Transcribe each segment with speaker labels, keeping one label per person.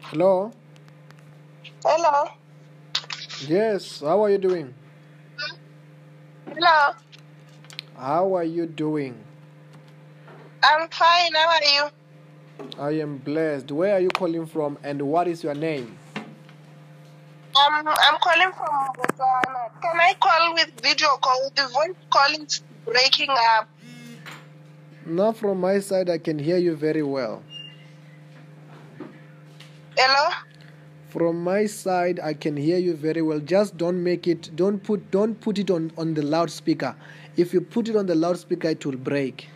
Speaker 1: Hello.
Speaker 2: Hello.
Speaker 1: Yes. How are you doing?
Speaker 2: Hello.
Speaker 1: How are you doing?
Speaker 2: I'm fine. How are you?
Speaker 1: I am blessed. Where are you calling from and what is your name?
Speaker 2: Um, I'm calling from Botswana. Can I call with video call? The voice call is breaking up.
Speaker 1: Now, from my side, I can hear you very well.
Speaker 2: Hello?
Speaker 1: From my side, I can hear you very well. Just don't make it. Don't put. Don't put it on on the loudspeaker. If you put it on the loudspeaker, it will break.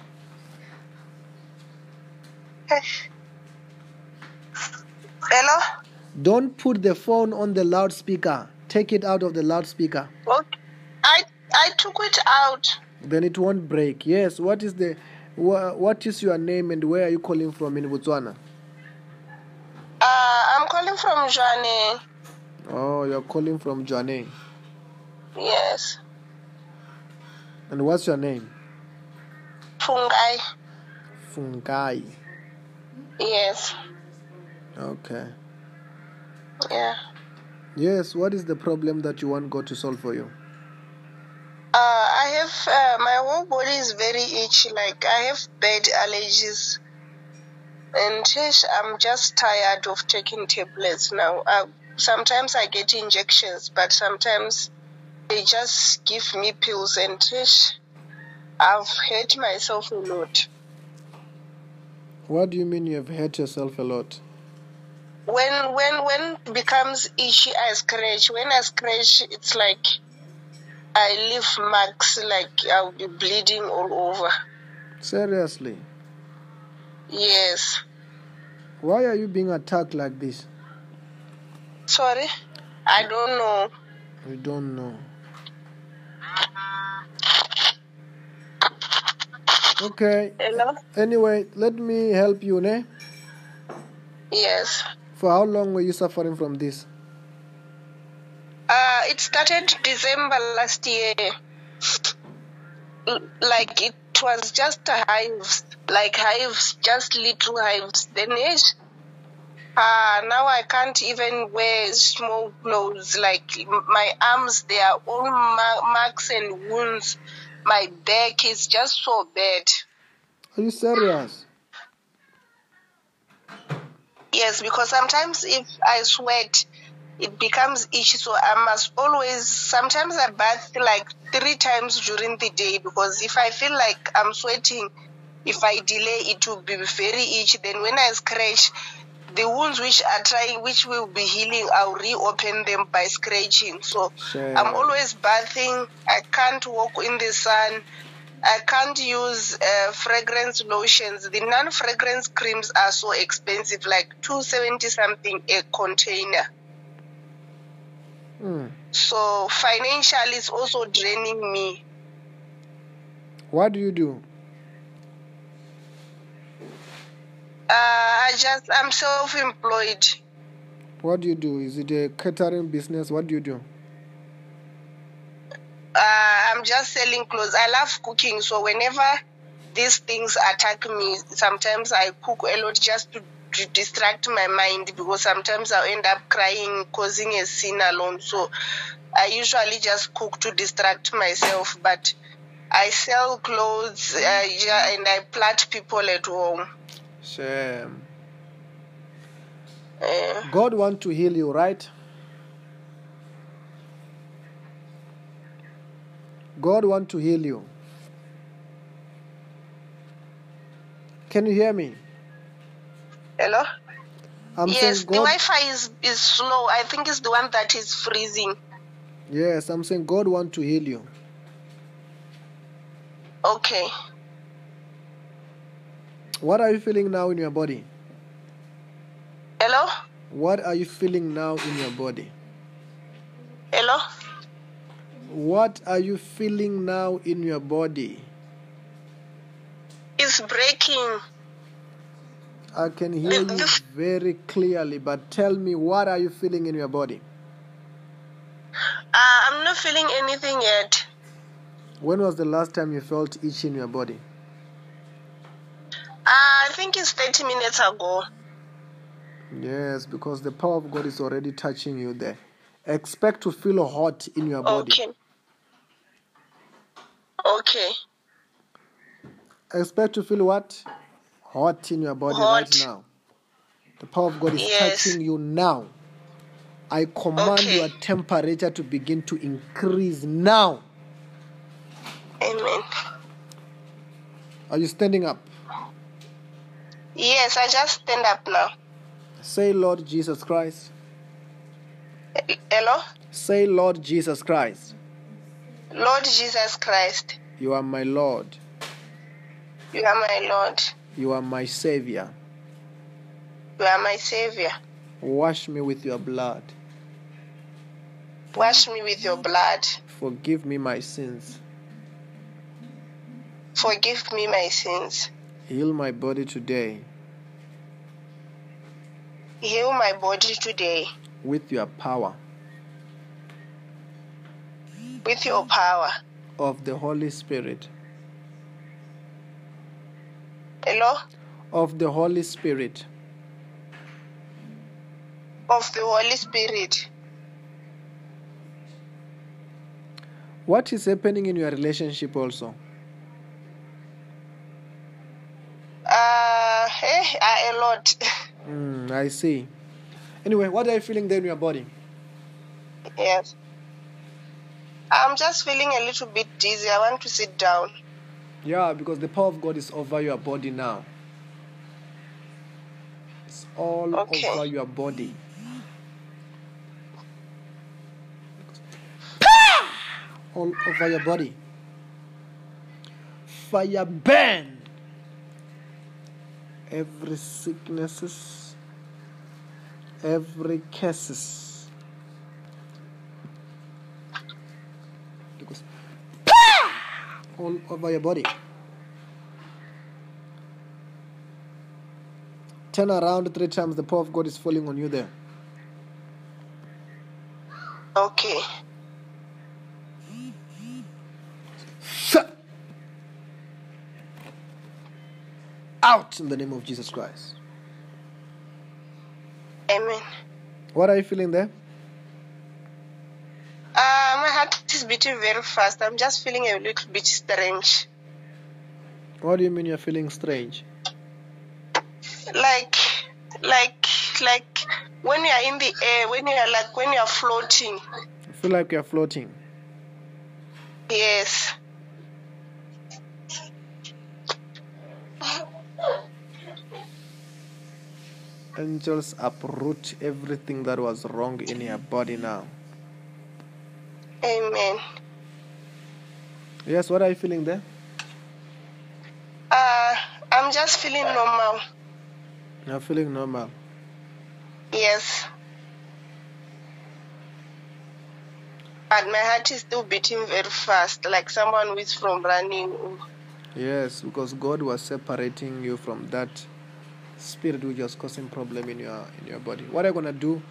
Speaker 2: Hello?
Speaker 1: Don't put the phone on the loudspeaker. Take it out of the loudspeaker.
Speaker 2: Okay. I I took it out.
Speaker 1: Then it won't break. Yes. What is the? Wha, what is your name and where are you calling from in Botswana?
Speaker 2: Uh, I'm calling from Joanne.
Speaker 1: Oh, you're calling from Joanne.
Speaker 2: Yes.
Speaker 1: And what's your name?
Speaker 2: Fungai.
Speaker 1: Fungai.
Speaker 2: Yes.
Speaker 1: Okay.
Speaker 2: Yeah.
Speaker 1: Yes, what is the problem that you want God to solve for you?
Speaker 2: Uh, I have, uh, my whole body is very itchy. Like, I have bad allergies. And sheesh, I'm just tired of taking tablets now. Uh, sometimes I get injections, but sometimes they just give me pills. And sheesh, I've hurt myself a lot.
Speaker 1: What do you mean you have hurt yourself a lot?
Speaker 2: When when when it becomes itchy, I scratch. When I scratch, it's like I leave marks, like I'll be bleeding all over.
Speaker 1: Seriously,
Speaker 2: Yes.
Speaker 1: why are you being attacked like this?
Speaker 2: Sorry, I don't know.
Speaker 1: We don't know. Okay,
Speaker 2: Hello.
Speaker 1: anyway, let me help you, ne?
Speaker 2: Yes.
Speaker 1: For how long were you suffering from this?
Speaker 2: Uh, it started December last year. L- Like it was just a hives, like hives, just little hives. Then it, uh, now I can't even wear small clothes. Like m- my arms, they are all ma- marks and wounds. My back is just so bad.
Speaker 1: Are you serious?
Speaker 2: Yes, because sometimes if I sweat, it becomes itchy. So I must always, sometimes I bath like three times during the day because if I feel like I'm sweating, if I delay, it will be very itchy. Then when I scratch, the wounds which are trying, which will be healing, I'll reopen them by scratching. So I'm
Speaker 1: Sure.
Speaker 2: always bathing. I can't walk in the sun. I can't use uh, fragrance lotions. The non-fragrance creams are so expensive, like two seventy something a container.
Speaker 1: Hmm.
Speaker 2: So financially, it's also draining me.
Speaker 1: What do you do?
Speaker 2: Uh, I just I'm self-employed.
Speaker 1: What do you do? Is it a catering business? What do you do?
Speaker 2: Uh, I'm just selling clothes. I love cooking, so whenever these things attack me, sometimes I cook a lot just to, to distract my mind because sometimes I'll end up crying, causing a scene alone. So I usually just cook to distract myself, but I sell clothes uh, yeah, and I plat people at home.
Speaker 1: Shame.
Speaker 2: Uh,
Speaker 1: God want to heal you, right? God want to heal you. Can you hear me?
Speaker 2: hello?
Speaker 1: I'm
Speaker 2: Yes,
Speaker 1: saying
Speaker 2: the
Speaker 1: God.
Speaker 2: Wi Fi is, is slow. I think it's the one that is freezing.
Speaker 1: Yes, I'm saying God want to heal you.
Speaker 2: Okay.
Speaker 1: What are you feeling now in your body?
Speaker 2: Hello?
Speaker 1: What are you feeling now in your body?
Speaker 2: Hello?
Speaker 1: What are you feeling now in your body?
Speaker 2: It's breaking.
Speaker 1: I can hear
Speaker 2: The,
Speaker 1: you
Speaker 2: the,
Speaker 1: very clearly, but tell me what are you feeling in your body?
Speaker 2: uh, I'm not feeling anything yet.
Speaker 1: When was the last time you felt itch in your body?
Speaker 2: Uh, I think it's 30 minutes ago.
Speaker 1: Yes, because the power of God is already touching you there. Expect to feel hot in your body.
Speaker 2: Okay. Okay.
Speaker 1: Expect to feel what? Hot in your body
Speaker 2: Hot.
Speaker 1: right now. The power of God is
Speaker 2: Yes.
Speaker 1: touching you now. I command
Speaker 2: Okay.
Speaker 1: your temperature to begin to increase now.
Speaker 2: Amen.
Speaker 1: Are you standing up?
Speaker 2: Yes, I just stand up now.
Speaker 1: Say, Lord Jesus Christ.
Speaker 2: Eh, Hello?
Speaker 1: Say, Lord Jesus Christ,
Speaker 2: Lord Jesus Christ,
Speaker 1: you are my Lord.
Speaker 2: you are my Lord.
Speaker 1: You are my Savior.
Speaker 2: You are my Savior.
Speaker 1: Wash me with your blood.
Speaker 2: Wash me with your blood.
Speaker 1: Forgive me my sins.
Speaker 2: Forgive me my sins.
Speaker 1: Heal my body today
Speaker 2: Heal my body today
Speaker 1: with your power
Speaker 2: with your power.
Speaker 1: of the Holy Spirit.
Speaker 2: Hello?
Speaker 1: Of the Holy Spirit.
Speaker 2: Of the Holy Spirit.
Speaker 1: What is happening in your relationship also?
Speaker 2: Uh, eh, uh, a lot.
Speaker 1: Hmm, I see. Anyway, what are you feeling there in your body?
Speaker 2: yes. I'm just feeling a little bit dizzy. I want to sit down.
Speaker 1: Yeah, because the power of God is over your body now. It's all
Speaker 2: Okay.
Speaker 1: over your body. All over your body. Fire burn. Every sicknesses, every curses. Because all over your body. Turn around three times. The power of God is falling on you there.
Speaker 2: Okay.
Speaker 1: Shut out in the name of Jesus Christ.
Speaker 2: Amen.
Speaker 1: What are you feeling there?
Speaker 2: Uh, my heart is beating very fast. I'm just feeling a little bit strange.
Speaker 1: What do you mean you're feeling strange?
Speaker 2: Like, like, like when you are in the air, when you are like, when you are floating.
Speaker 1: I feel like you're floating.
Speaker 2: Yes.
Speaker 1: Angels uproot everything that was wrong in your body now.
Speaker 2: Amen.
Speaker 1: Yes, what are you feeling there?
Speaker 2: Uh, I'm just feeling normal.
Speaker 1: You're feeling normal.
Speaker 2: Yes. But my heart is still beating very fast, like someone who is from running.
Speaker 1: Yes, because God was separating you from that spirit which was causing problem in your in your body. What are you gonna do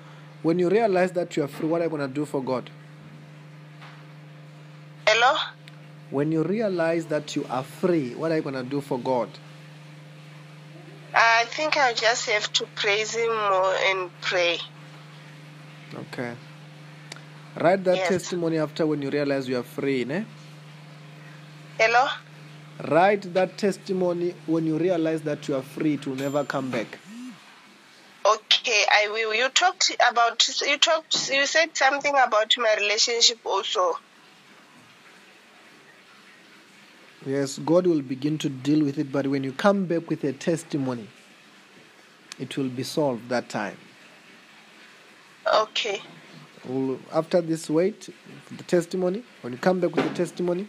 Speaker 1: when you realize that you are free? What are you gonna do for God?
Speaker 2: Hello?
Speaker 1: When you realize that you are free, what are you gonna do for God?
Speaker 2: I think I'll just have to praise him more and pray.
Speaker 1: Okay. Write that
Speaker 2: Yes.
Speaker 1: testimony after when you realize you are free. Ne?
Speaker 2: Hello?
Speaker 1: Write that testimony when you realize that you are free to never come back.
Speaker 2: Okay, I will. You talked about, you talked, you said something about my relationship also.
Speaker 1: Yes, God will begin to deal with it, but when you come back with a testimony, it will be solved that time.
Speaker 2: Okay.
Speaker 1: We'll- after this wait for the testimony when you come back with the testimony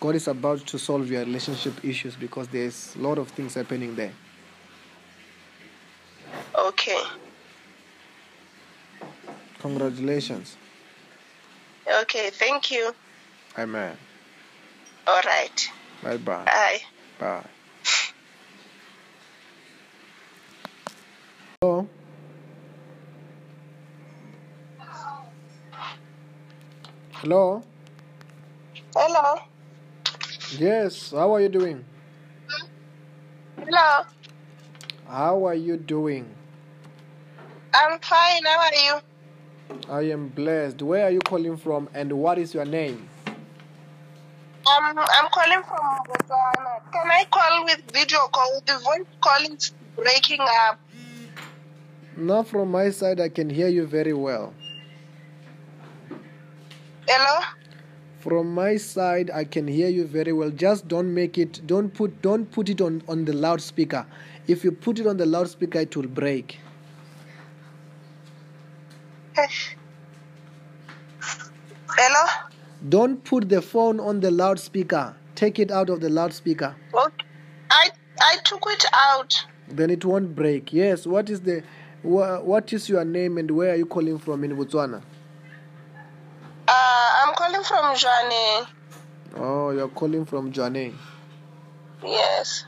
Speaker 1: god is about to solve your relationship issues because there's a lot of things happening there
Speaker 2: Okay.
Speaker 1: congratulations
Speaker 2: Okay, thank you.
Speaker 1: amen
Speaker 2: All right.
Speaker 1: bye bye
Speaker 2: Bye.
Speaker 1: bye hello hello
Speaker 2: Hello?
Speaker 1: yes how are you doing
Speaker 2: Hello?
Speaker 1: how are you doing
Speaker 2: I'm fine. How are you?
Speaker 1: I am blessed. Where are you calling from and what is your name?
Speaker 2: Um, I'm calling from Botswana. Can I call with video call? The voice call is breaking up.
Speaker 1: Now, from my side, I can hear you very well.
Speaker 2: Hello?
Speaker 1: From my side, I can hear you very well. Just don't make it, don't put, don't put it on, on the loudspeaker. If you put it on the loudspeaker, it will break.
Speaker 2: Hello?
Speaker 1: Don't put the phone on the loudspeaker. Take it out of the loudspeaker.
Speaker 2: Okay. I I took it out.
Speaker 1: Then it won't break. Yes. What is the, wha what is your name and where are you calling from in Botswana?
Speaker 2: Uh, I'm calling from Joanne.
Speaker 1: Oh, you're calling from Joanne.
Speaker 2: Yes.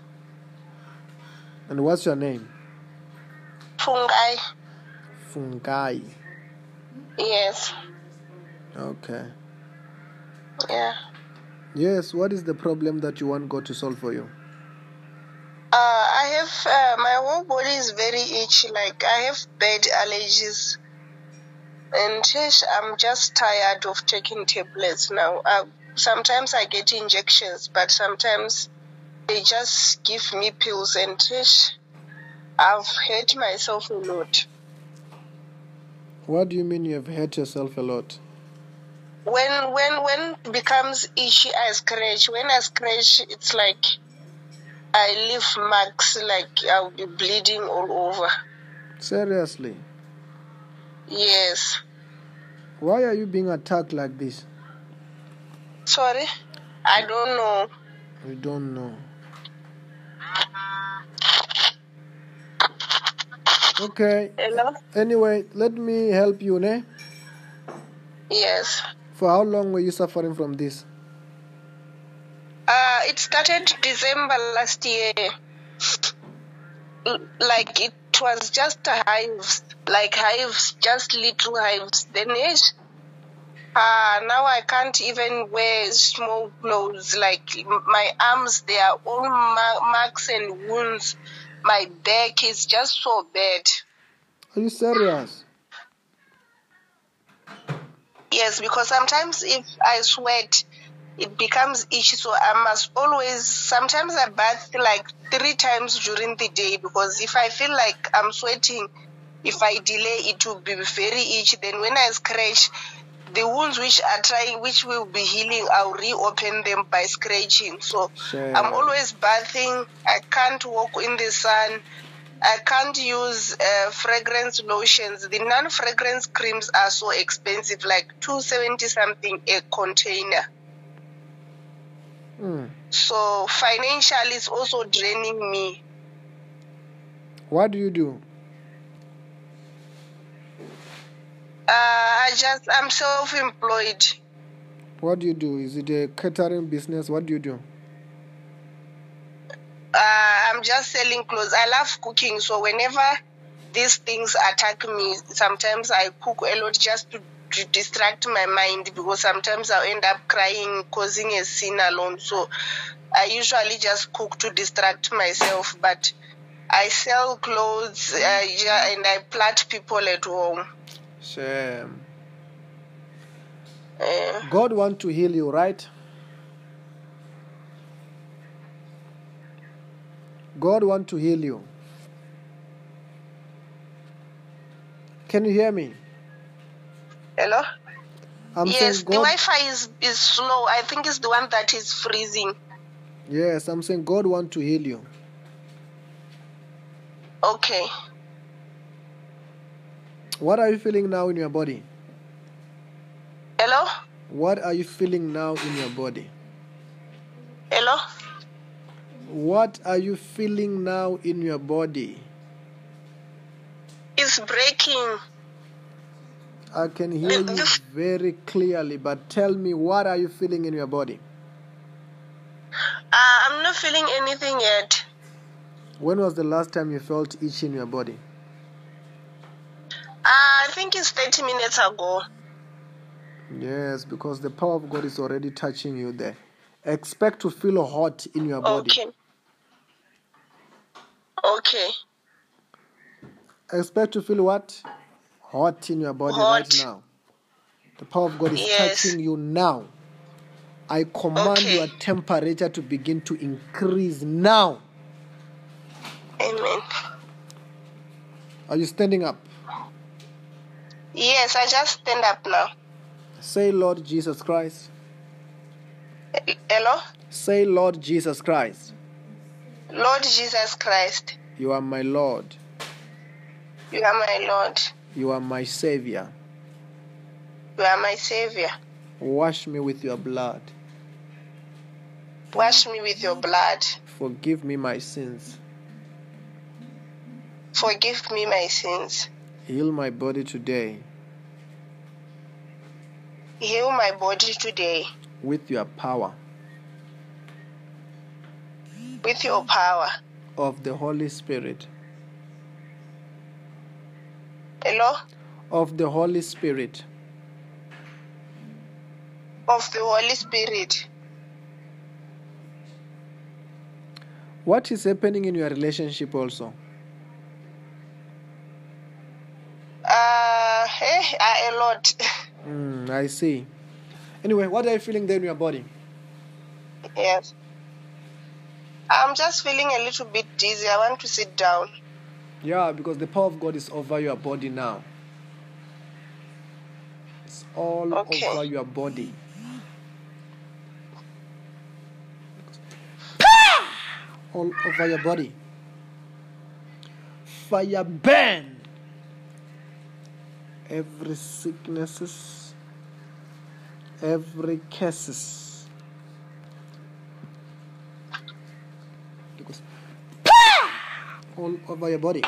Speaker 1: And what's your name?
Speaker 2: Fungai.
Speaker 1: Fungai.
Speaker 2: Yes.
Speaker 1: Okay.
Speaker 2: Yeah.
Speaker 1: Yes. What is the problem that you want God to solve for you?
Speaker 2: Uh, I have uh, my whole body is very itchy. Like I have bad allergies, and yes, I'm just tired of taking tablets now. Uh, sometimes I get injections, but sometimes they just give me pills, and yes, I've hurt myself a lot.
Speaker 1: What do you mean you have hurt yourself a lot?
Speaker 2: When when when it becomes itchy, I scratch. When I scratch, it's like I leave marks, like I'll be bleeding all over.
Speaker 1: Seriously.
Speaker 2: Yes.
Speaker 1: Why are you being attacked like this?
Speaker 2: Sorry, I don't know.
Speaker 1: We don't know. Okay.
Speaker 2: Hello?
Speaker 1: Anyway, let me help you, ne?
Speaker 2: Yes.
Speaker 1: For how long were you suffering from this?
Speaker 2: Uh, it started December last year. L- Like it was just a hives, like hives, just little hives. Then yes, uh, now I can't even wear small clothes. Like m- my arms, they are all ma- marks and wounds. My back is just so bad.
Speaker 1: Are you serious?
Speaker 2: Yes, because sometimes if I sweat, it becomes itchy. So I must always, sometimes I bath like three times during the day because if I feel like I'm sweating, if I delay, it will be very itchy. Then when I scratch, the wounds which are trying, which will be healing, I'll reopen them by scratching. So
Speaker 1: Sure.
Speaker 2: I'm always bathing. I can't walk in the sun. I can't use uh, fragrance lotions. The non-fragrance creams are so expensive, like two seventy something a container.
Speaker 1: Hmm.
Speaker 2: So financially, it's also draining me.
Speaker 1: What do you do?
Speaker 2: Uh, I just I'm self-employed.
Speaker 1: What do you do? Is it a catering business? What do you do?
Speaker 2: Uh, I'm just selling clothes. I love cooking, so whenever these things attack me, sometimes I cook a lot just to, to distract my mind because sometimes I'll end up crying, causing a scene alone. So I usually just cook to distract myself, but I sell clothes uh, yeah, and I plat people at home.
Speaker 1: Shame.
Speaker 2: Uh,
Speaker 1: God want to heal you, right? God want to heal you. Can you hear me?
Speaker 2: hello?
Speaker 1: I'm
Speaker 2: yes,
Speaker 1: saying
Speaker 2: the
Speaker 1: God.
Speaker 2: Wi Fi is, is slow. I think it's the one that is freezing.
Speaker 1: Yes, I'm saying God want to heal you.
Speaker 2: Okay.
Speaker 1: What are you feeling now in your body?
Speaker 2: Hello?
Speaker 1: What are you feeling now in your body?
Speaker 2: Hello?
Speaker 1: What are you feeling now in your body?
Speaker 2: It's breaking.
Speaker 1: I can hear you very clearly, but tell me what are you feeling in your body?
Speaker 2: Uh, I'm not feeling anything yet.
Speaker 1: When was the last time you felt itchy in your body?
Speaker 2: Uh, I think it's 30 minutes ago.
Speaker 1: Yes, because the power of God is already touching you there. Expect to feel hot in your body.
Speaker 2: Okay. Okay.
Speaker 1: expect to feel what? Hot in your body right
Speaker 2: Hot.
Speaker 1: now. The power of God is
Speaker 2: Yes.
Speaker 1: touching you now. I command
Speaker 2: Okay.
Speaker 1: your temperature to begin to increase now.
Speaker 2: Amen.
Speaker 1: Are you standing up?
Speaker 2: Yes, I just stand up now.
Speaker 1: Say, Lord Jesus Christ.
Speaker 2: Eh, Hello?
Speaker 1: Say, Lord Jesus Christ,
Speaker 2: Lord Jesus Christ,
Speaker 1: you are my Lord.
Speaker 2: you are my Lord.
Speaker 1: You are my Savior.
Speaker 2: You are my Savior.
Speaker 1: Wash me with your blood.
Speaker 2: Wash me with your blood.
Speaker 1: Forgive me my sins.
Speaker 2: Forgive me my sins.
Speaker 1: Heal my body today
Speaker 2: Heal my body today
Speaker 1: with your power
Speaker 2: with your power.
Speaker 1: of the Holy Spirit.
Speaker 2: Hello?
Speaker 1: Of the Holy Spirit.
Speaker 2: Of the Holy Spirit.
Speaker 1: What is happening in your relationship also?
Speaker 2: Uh, eh, uh, a lot.
Speaker 1: Mm, I see. Anyway, what are you feeling there in your body?
Speaker 2: yes. I'm just feeling a little bit dizzy. I want to sit down.
Speaker 1: Yeah, because the power of God is over your body now. It's all
Speaker 2: Okay.
Speaker 1: over your body. All over your body. Fire burn. Every sicknesses, every curses. It goes all over your body.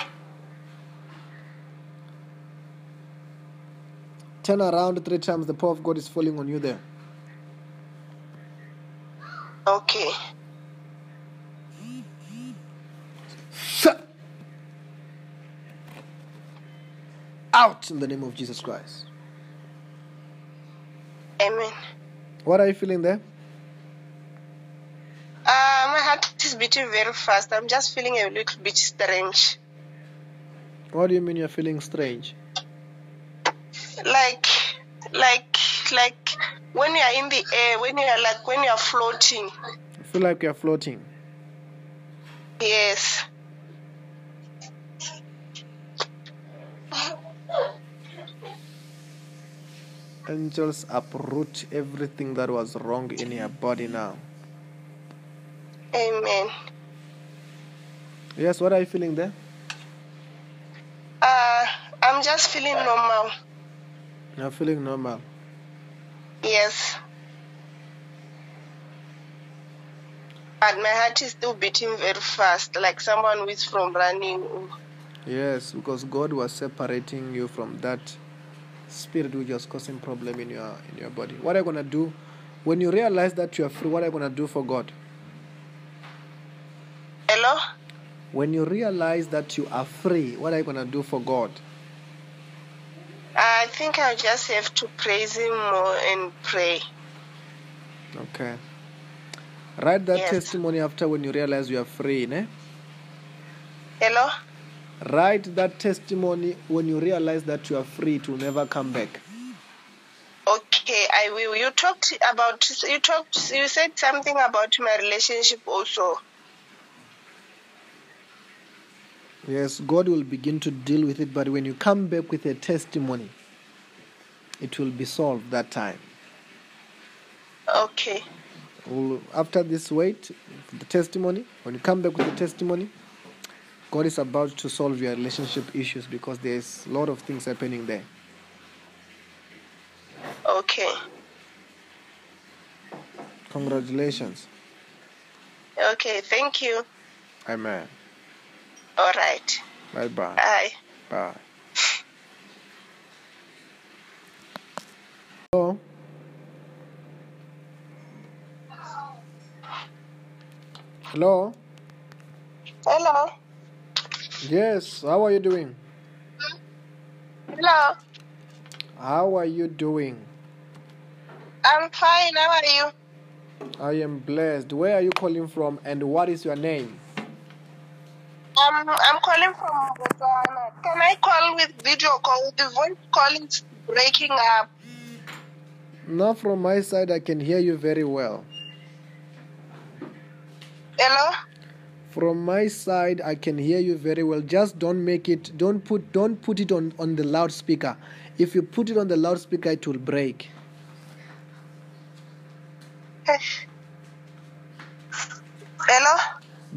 Speaker 1: Turn around three times. The power of God is falling on you there.
Speaker 2: Okay.
Speaker 1: Shut out in the name of Jesus Christ.
Speaker 2: Amen.
Speaker 1: What are you feeling there?
Speaker 2: Uh, my heart is beating very fast. I'm just feeling a little bit strange.
Speaker 1: What do you mean you're feeling strange?
Speaker 2: Like, like, like when you are in the air, when you are like, when you are floating.
Speaker 1: You feel like you're floating.
Speaker 2: Yes.
Speaker 1: Angels uproot everything that was wrong in your body now.
Speaker 2: Amen.
Speaker 1: Yes, what are you feeling there?
Speaker 2: Uh, I'm just feeling normal.
Speaker 1: You're feeling normal.
Speaker 2: Yes. But my heart is still beating very fast, like someone who is from running.
Speaker 1: Yes, because God was separating you from that spirit which was causing problem in your in your body. What are you gonna do when you realize that you are free? What are you gonna do for God?
Speaker 2: Hello?
Speaker 1: When you realize that you are free, what are you gonna do for God?
Speaker 2: I think I'll just have to praise him more and pray.
Speaker 1: Okay. Write that
Speaker 2: Yes.
Speaker 1: testimony after when you realize you are free. Ne?
Speaker 2: Hello?
Speaker 1: Write that testimony when you realize that you are free to never come back.
Speaker 2: Okay, I will. You talked about, you talked, you said something about my relationship also.
Speaker 1: Yes, God will begin to deal with it, but when you come back with a testimony, it will be solved that time.
Speaker 2: Okay.
Speaker 1: will after this wait the testimony when you come back with the testimony god is about to solve your relationship issues because there's a lot of things happening there
Speaker 2: Okay.
Speaker 1: congratulations
Speaker 2: Okay, thank you.
Speaker 1: amen
Speaker 2: All right.
Speaker 1: bye bye
Speaker 2: Bye.
Speaker 1: bye hello hello
Speaker 2: Hello?
Speaker 1: yes how are you doing
Speaker 2: Hello?
Speaker 1: how are you doing
Speaker 2: I'm fine. How are you?
Speaker 1: i am blessed where are you calling from and what is your name
Speaker 2: Um, I'm calling from Botswana. Can I call with video call? The voice call is breaking up.
Speaker 1: Now, from my side, I can hear you very well.
Speaker 2: Hello?
Speaker 1: From my side, I can hear you very well. Just don't make it. Don't put. Don't put it on on the loudspeaker. If you put it on the loudspeaker, it will break.
Speaker 2: Hello?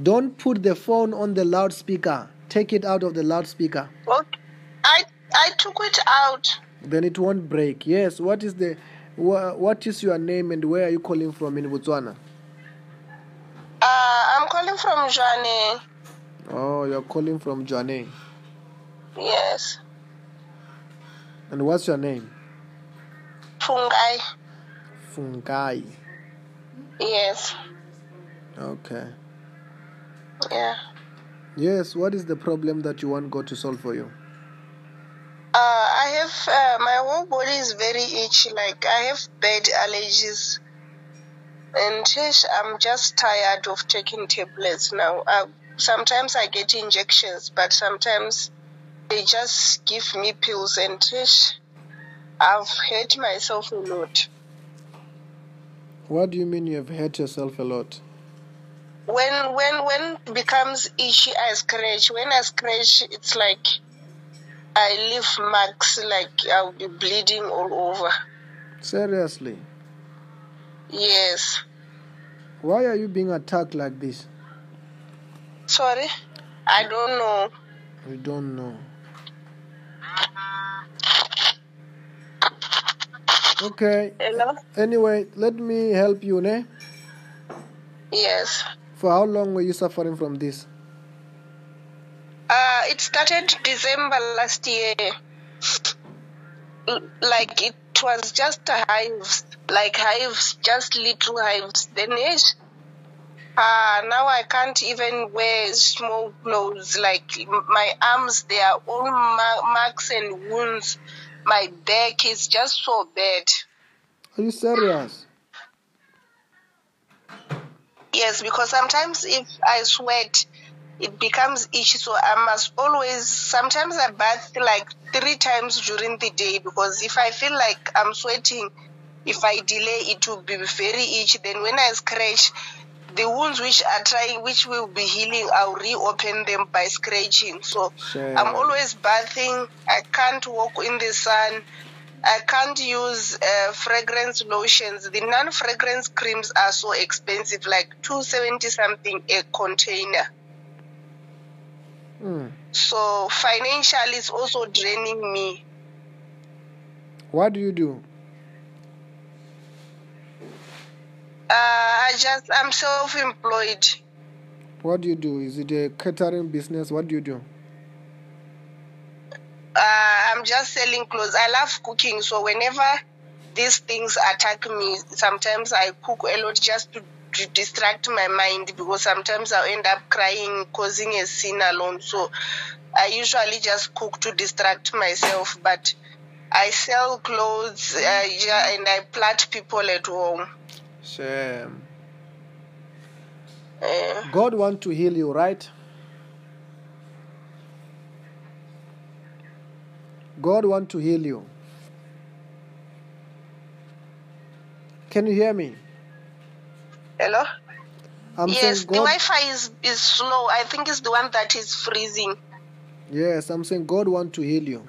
Speaker 1: Don't put the phone on the loudspeaker. Take it out of the loudspeaker.
Speaker 2: Okay. I I took it out.
Speaker 1: Then it won't break. Yes. What is the? Wha, what is your name and where are you calling from in Botswana?
Speaker 2: Uh, I'm calling from Joanne.
Speaker 1: Oh, you're calling from Joanne.
Speaker 2: Yes.
Speaker 1: And what's your name?
Speaker 2: Fungai.
Speaker 1: Fungai.
Speaker 2: Yes.
Speaker 1: Okay.
Speaker 2: Yeah.
Speaker 1: Yes. What is the problem that you want God to solve for you?
Speaker 2: Uh, I have uh, my whole body is very itchy. Like I have bad allergies, and sheesh, I'm just tired of taking tablets now. Uh, sometimes I get injections, but sometimes they just give me pills, and sheesh, I've hurt myself a lot.
Speaker 1: What do you mean you have hurt yourself a lot?
Speaker 2: When when when it becomes itchy, I scratch. When I scratch, it's like I leave marks, like I'll be bleeding all over.
Speaker 1: Seriously.
Speaker 2: Yes.
Speaker 1: Why are you being attacked like this?
Speaker 2: Sorry, I don't know.
Speaker 1: We don't know. Okay.
Speaker 2: Hello?
Speaker 1: Anyway, let me help you, ne?
Speaker 2: Yes.
Speaker 1: For how long were you suffering from this?
Speaker 2: Uh, it started December last year. L- Like it was just hives, like hives, just little hives. Then it, uh, now I can't even wear small clothes. Like m- my arms, they are all mar- marks and wounds. My back is just so bad.
Speaker 1: Are you serious?
Speaker 2: Yes, because sometimes if I sweat, it becomes itchy. So I must always, sometimes I bath like three times during the day because if I feel like I'm sweating, if I delay, it will be very itchy. Then when I scratch, the wounds which are trying, which will be healing, I'll reopen them by scratching. So
Speaker 1: Sure.
Speaker 2: I'm always bathing. I can't walk in the sun. I can't use uh, fragrance lotions. The non-fragrance creams are so expensive, like two seventy something a container.
Speaker 1: Mm.
Speaker 2: So financially, it's also draining me.
Speaker 1: What do you do?
Speaker 2: Uh, I just I'm self-employed.
Speaker 1: What do you do? Is it a catering business? What do you do?
Speaker 2: Uh, I'm just selling clothes. I love cooking, so whenever these things attack me, sometimes I cook a lot just to, to distract my mind because sometimes I'll end up crying, causing a scene alone. So I usually just cook to distract myself, but I sell clothes uh, yeah, and I plat people at home.
Speaker 1: Shame.
Speaker 2: Uh,
Speaker 1: God want to heal you, right? God want to heal you. Can you hear me?
Speaker 2: hello?
Speaker 1: I'm
Speaker 2: yes,
Speaker 1: saying
Speaker 2: the
Speaker 1: God.
Speaker 2: Wi-Fi is, is slow. I think it's the one that is freezing.
Speaker 1: Yes, I'm saying God want to heal you.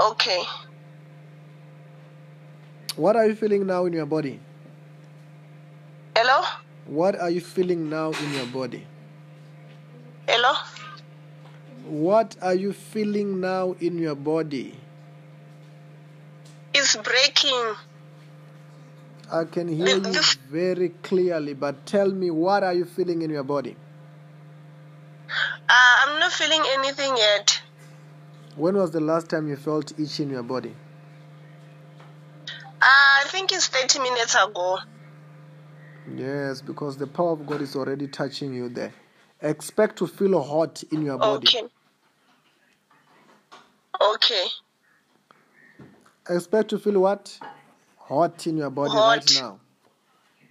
Speaker 2: Okay.
Speaker 1: What are you feeling now in your body?
Speaker 2: Hello?
Speaker 1: What are you feeling now in your body?
Speaker 2: Hello?
Speaker 1: What are you feeling now in your body?
Speaker 2: It's breaking.
Speaker 1: I can hear you very clearly, but tell me what are you feeling in your body?
Speaker 2: Uh, I'm not feeling anything yet.
Speaker 1: When was the last time you felt itch in your body?
Speaker 2: Uh, I think it's 30 minutes ago.
Speaker 1: Yes, because the power of God is already touching you there. Expect to feel hot in your body.
Speaker 2: Okay. Okay.
Speaker 1: Expect to feel what? Hot in your body
Speaker 2: Hot.
Speaker 1: right now.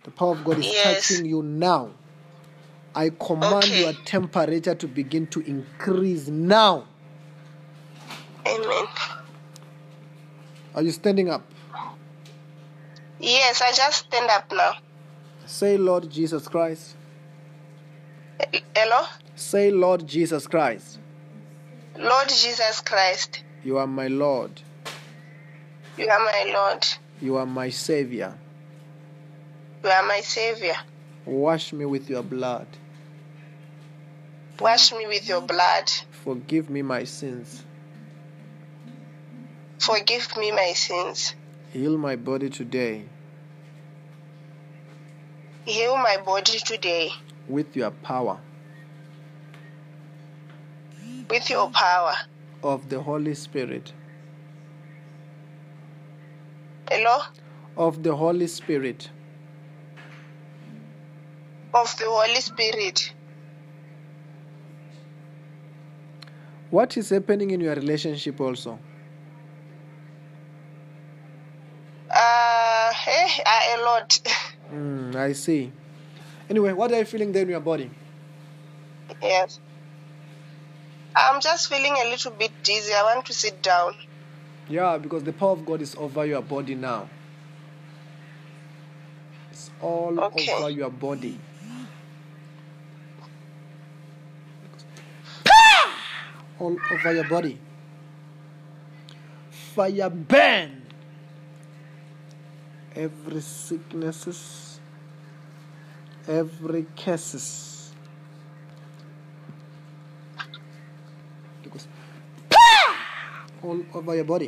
Speaker 1: The power of God is
Speaker 2: Yes.
Speaker 1: touching you now. I command
Speaker 2: Okay.
Speaker 1: your temperature to begin to increase now.
Speaker 2: Amen.
Speaker 1: Are you standing up?
Speaker 2: Yes, I just stand up now.
Speaker 1: Say, Lord Jesus Christ.
Speaker 2: Hello?
Speaker 1: Say, Lord Jesus Christ,
Speaker 2: Lord Jesus Christ,
Speaker 1: you are my Lord.
Speaker 2: you are my Lord.
Speaker 1: You are my Savior.
Speaker 2: You are my Savior.
Speaker 1: Wash me with your blood.
Speaker 2: Wash me with your blood.
Speaker 1: Forgive me my sins.
Speaker 2: Forgive me my sins.
Speaker 1: Heal my body today
Speaker 2: Heal my body today
Speaker 1: with your power
Speaker 2: with your power.
Speaker 1: of the Holy Spirit.
Speaker 2: Hello?
Speaker 1: Of the Holy Spirit.
Speaker 2: Of the Holy Spirit.
Speaker 1: What is happening in your relationship also?
Speaker 2: Uh, eh, uh, a lot.
Speaker 1: Mm, I see. Anyway, what are you feeling there in your body?
Speaker 2: yes. I'm just feeling a little bit dizzy. I want to sit down.
Speaker 1: Yeah, because the power of God is over your body now. It's all
Speaker 2: Okay.
Speaker 1: over your body. All over your body. Fire burn. Every sicknesses, every curses. Because all over your body.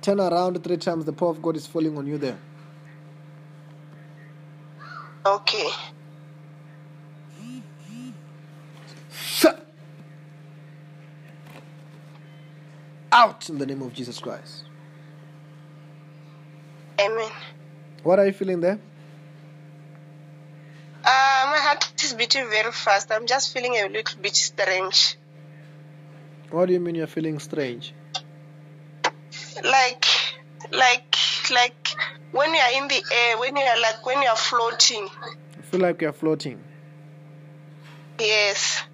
Speaker 1: Turn around three times. The power of God is falling on you there.
Speaker 2: Okay.
Speaker 1: Sir. Out in the name of Jesus Christ.
Speaker 2: Amen.
Speaker 1: What are you feeling there?
Speaker 2: Uh, my heart is beating very fast. I'm just feeling a little bit strange.
Speaker 1: What do you mean you're feeling strange?
Speaker 2: Like, like, like when you are in the air, when you are like, when you are floating.
Speaker 1: You feel like you're floating.
Speaker 2: Yes.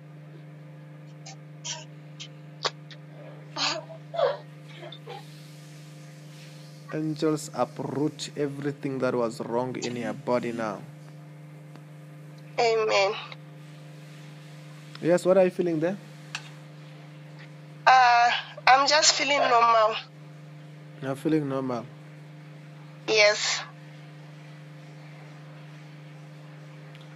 Speaker 1: Angels uproot everything that was wrong in your body now.
Speaker 2: Amen.
Speaker 1: Yes, what are you feeling there?
Speaker 2: Uh, I'm just feeling normal.
Speaker 1: You're feeling normal.
Speaker 2: Yes.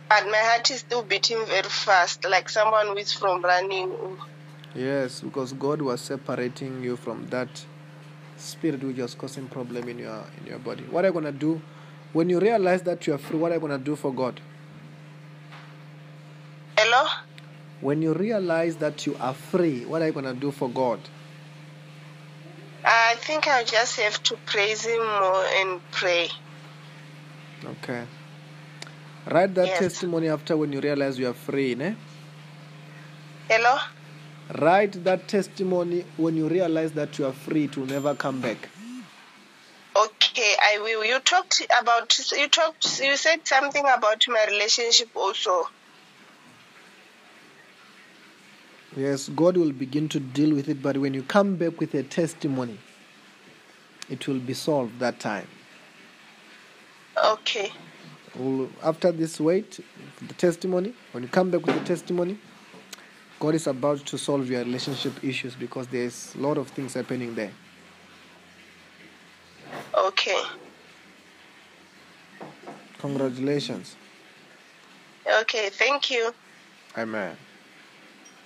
Speaker 2: But my heart is still beating very fast, like someone who is from running.
Speaker 1: Yes, because God was separating you from that spirit which was causing problem in your in your body. What are you gonna do when you realize that you are free? What are you gonna do for God?
Speaker 2: Hello?
Speaker 1: When you realize that you are free, what are you gonna do for God?
Speaker 2: I think I just have to praise him more and pray.
Speaker 1: Okay. Write that
Speaker 2: Yes.
Speaker 1: testimony after when you realize you are free. Ne?
Speaker 2: Hello?
Speaker 1: Write that testimony when you realize that you are free to never come back.
Speaker 2: Okay, I will. You talked about you talked you said something about my relationship also.
Speaker 1: Yes, God will begin to deal with it, but when you come back with a testimony, it will be solved that time.
Speaker 2: Okay.
Speaker 1: We'll, after this wait, the testimony, when you come back with the testimony, God is about to solve your relationship issues because there's a lot of things happening there.
Speaker 2: Okay.
Speaker 1: Congratulations.
Speaker 2: Okay, thank you.
Speaker 1: Amen.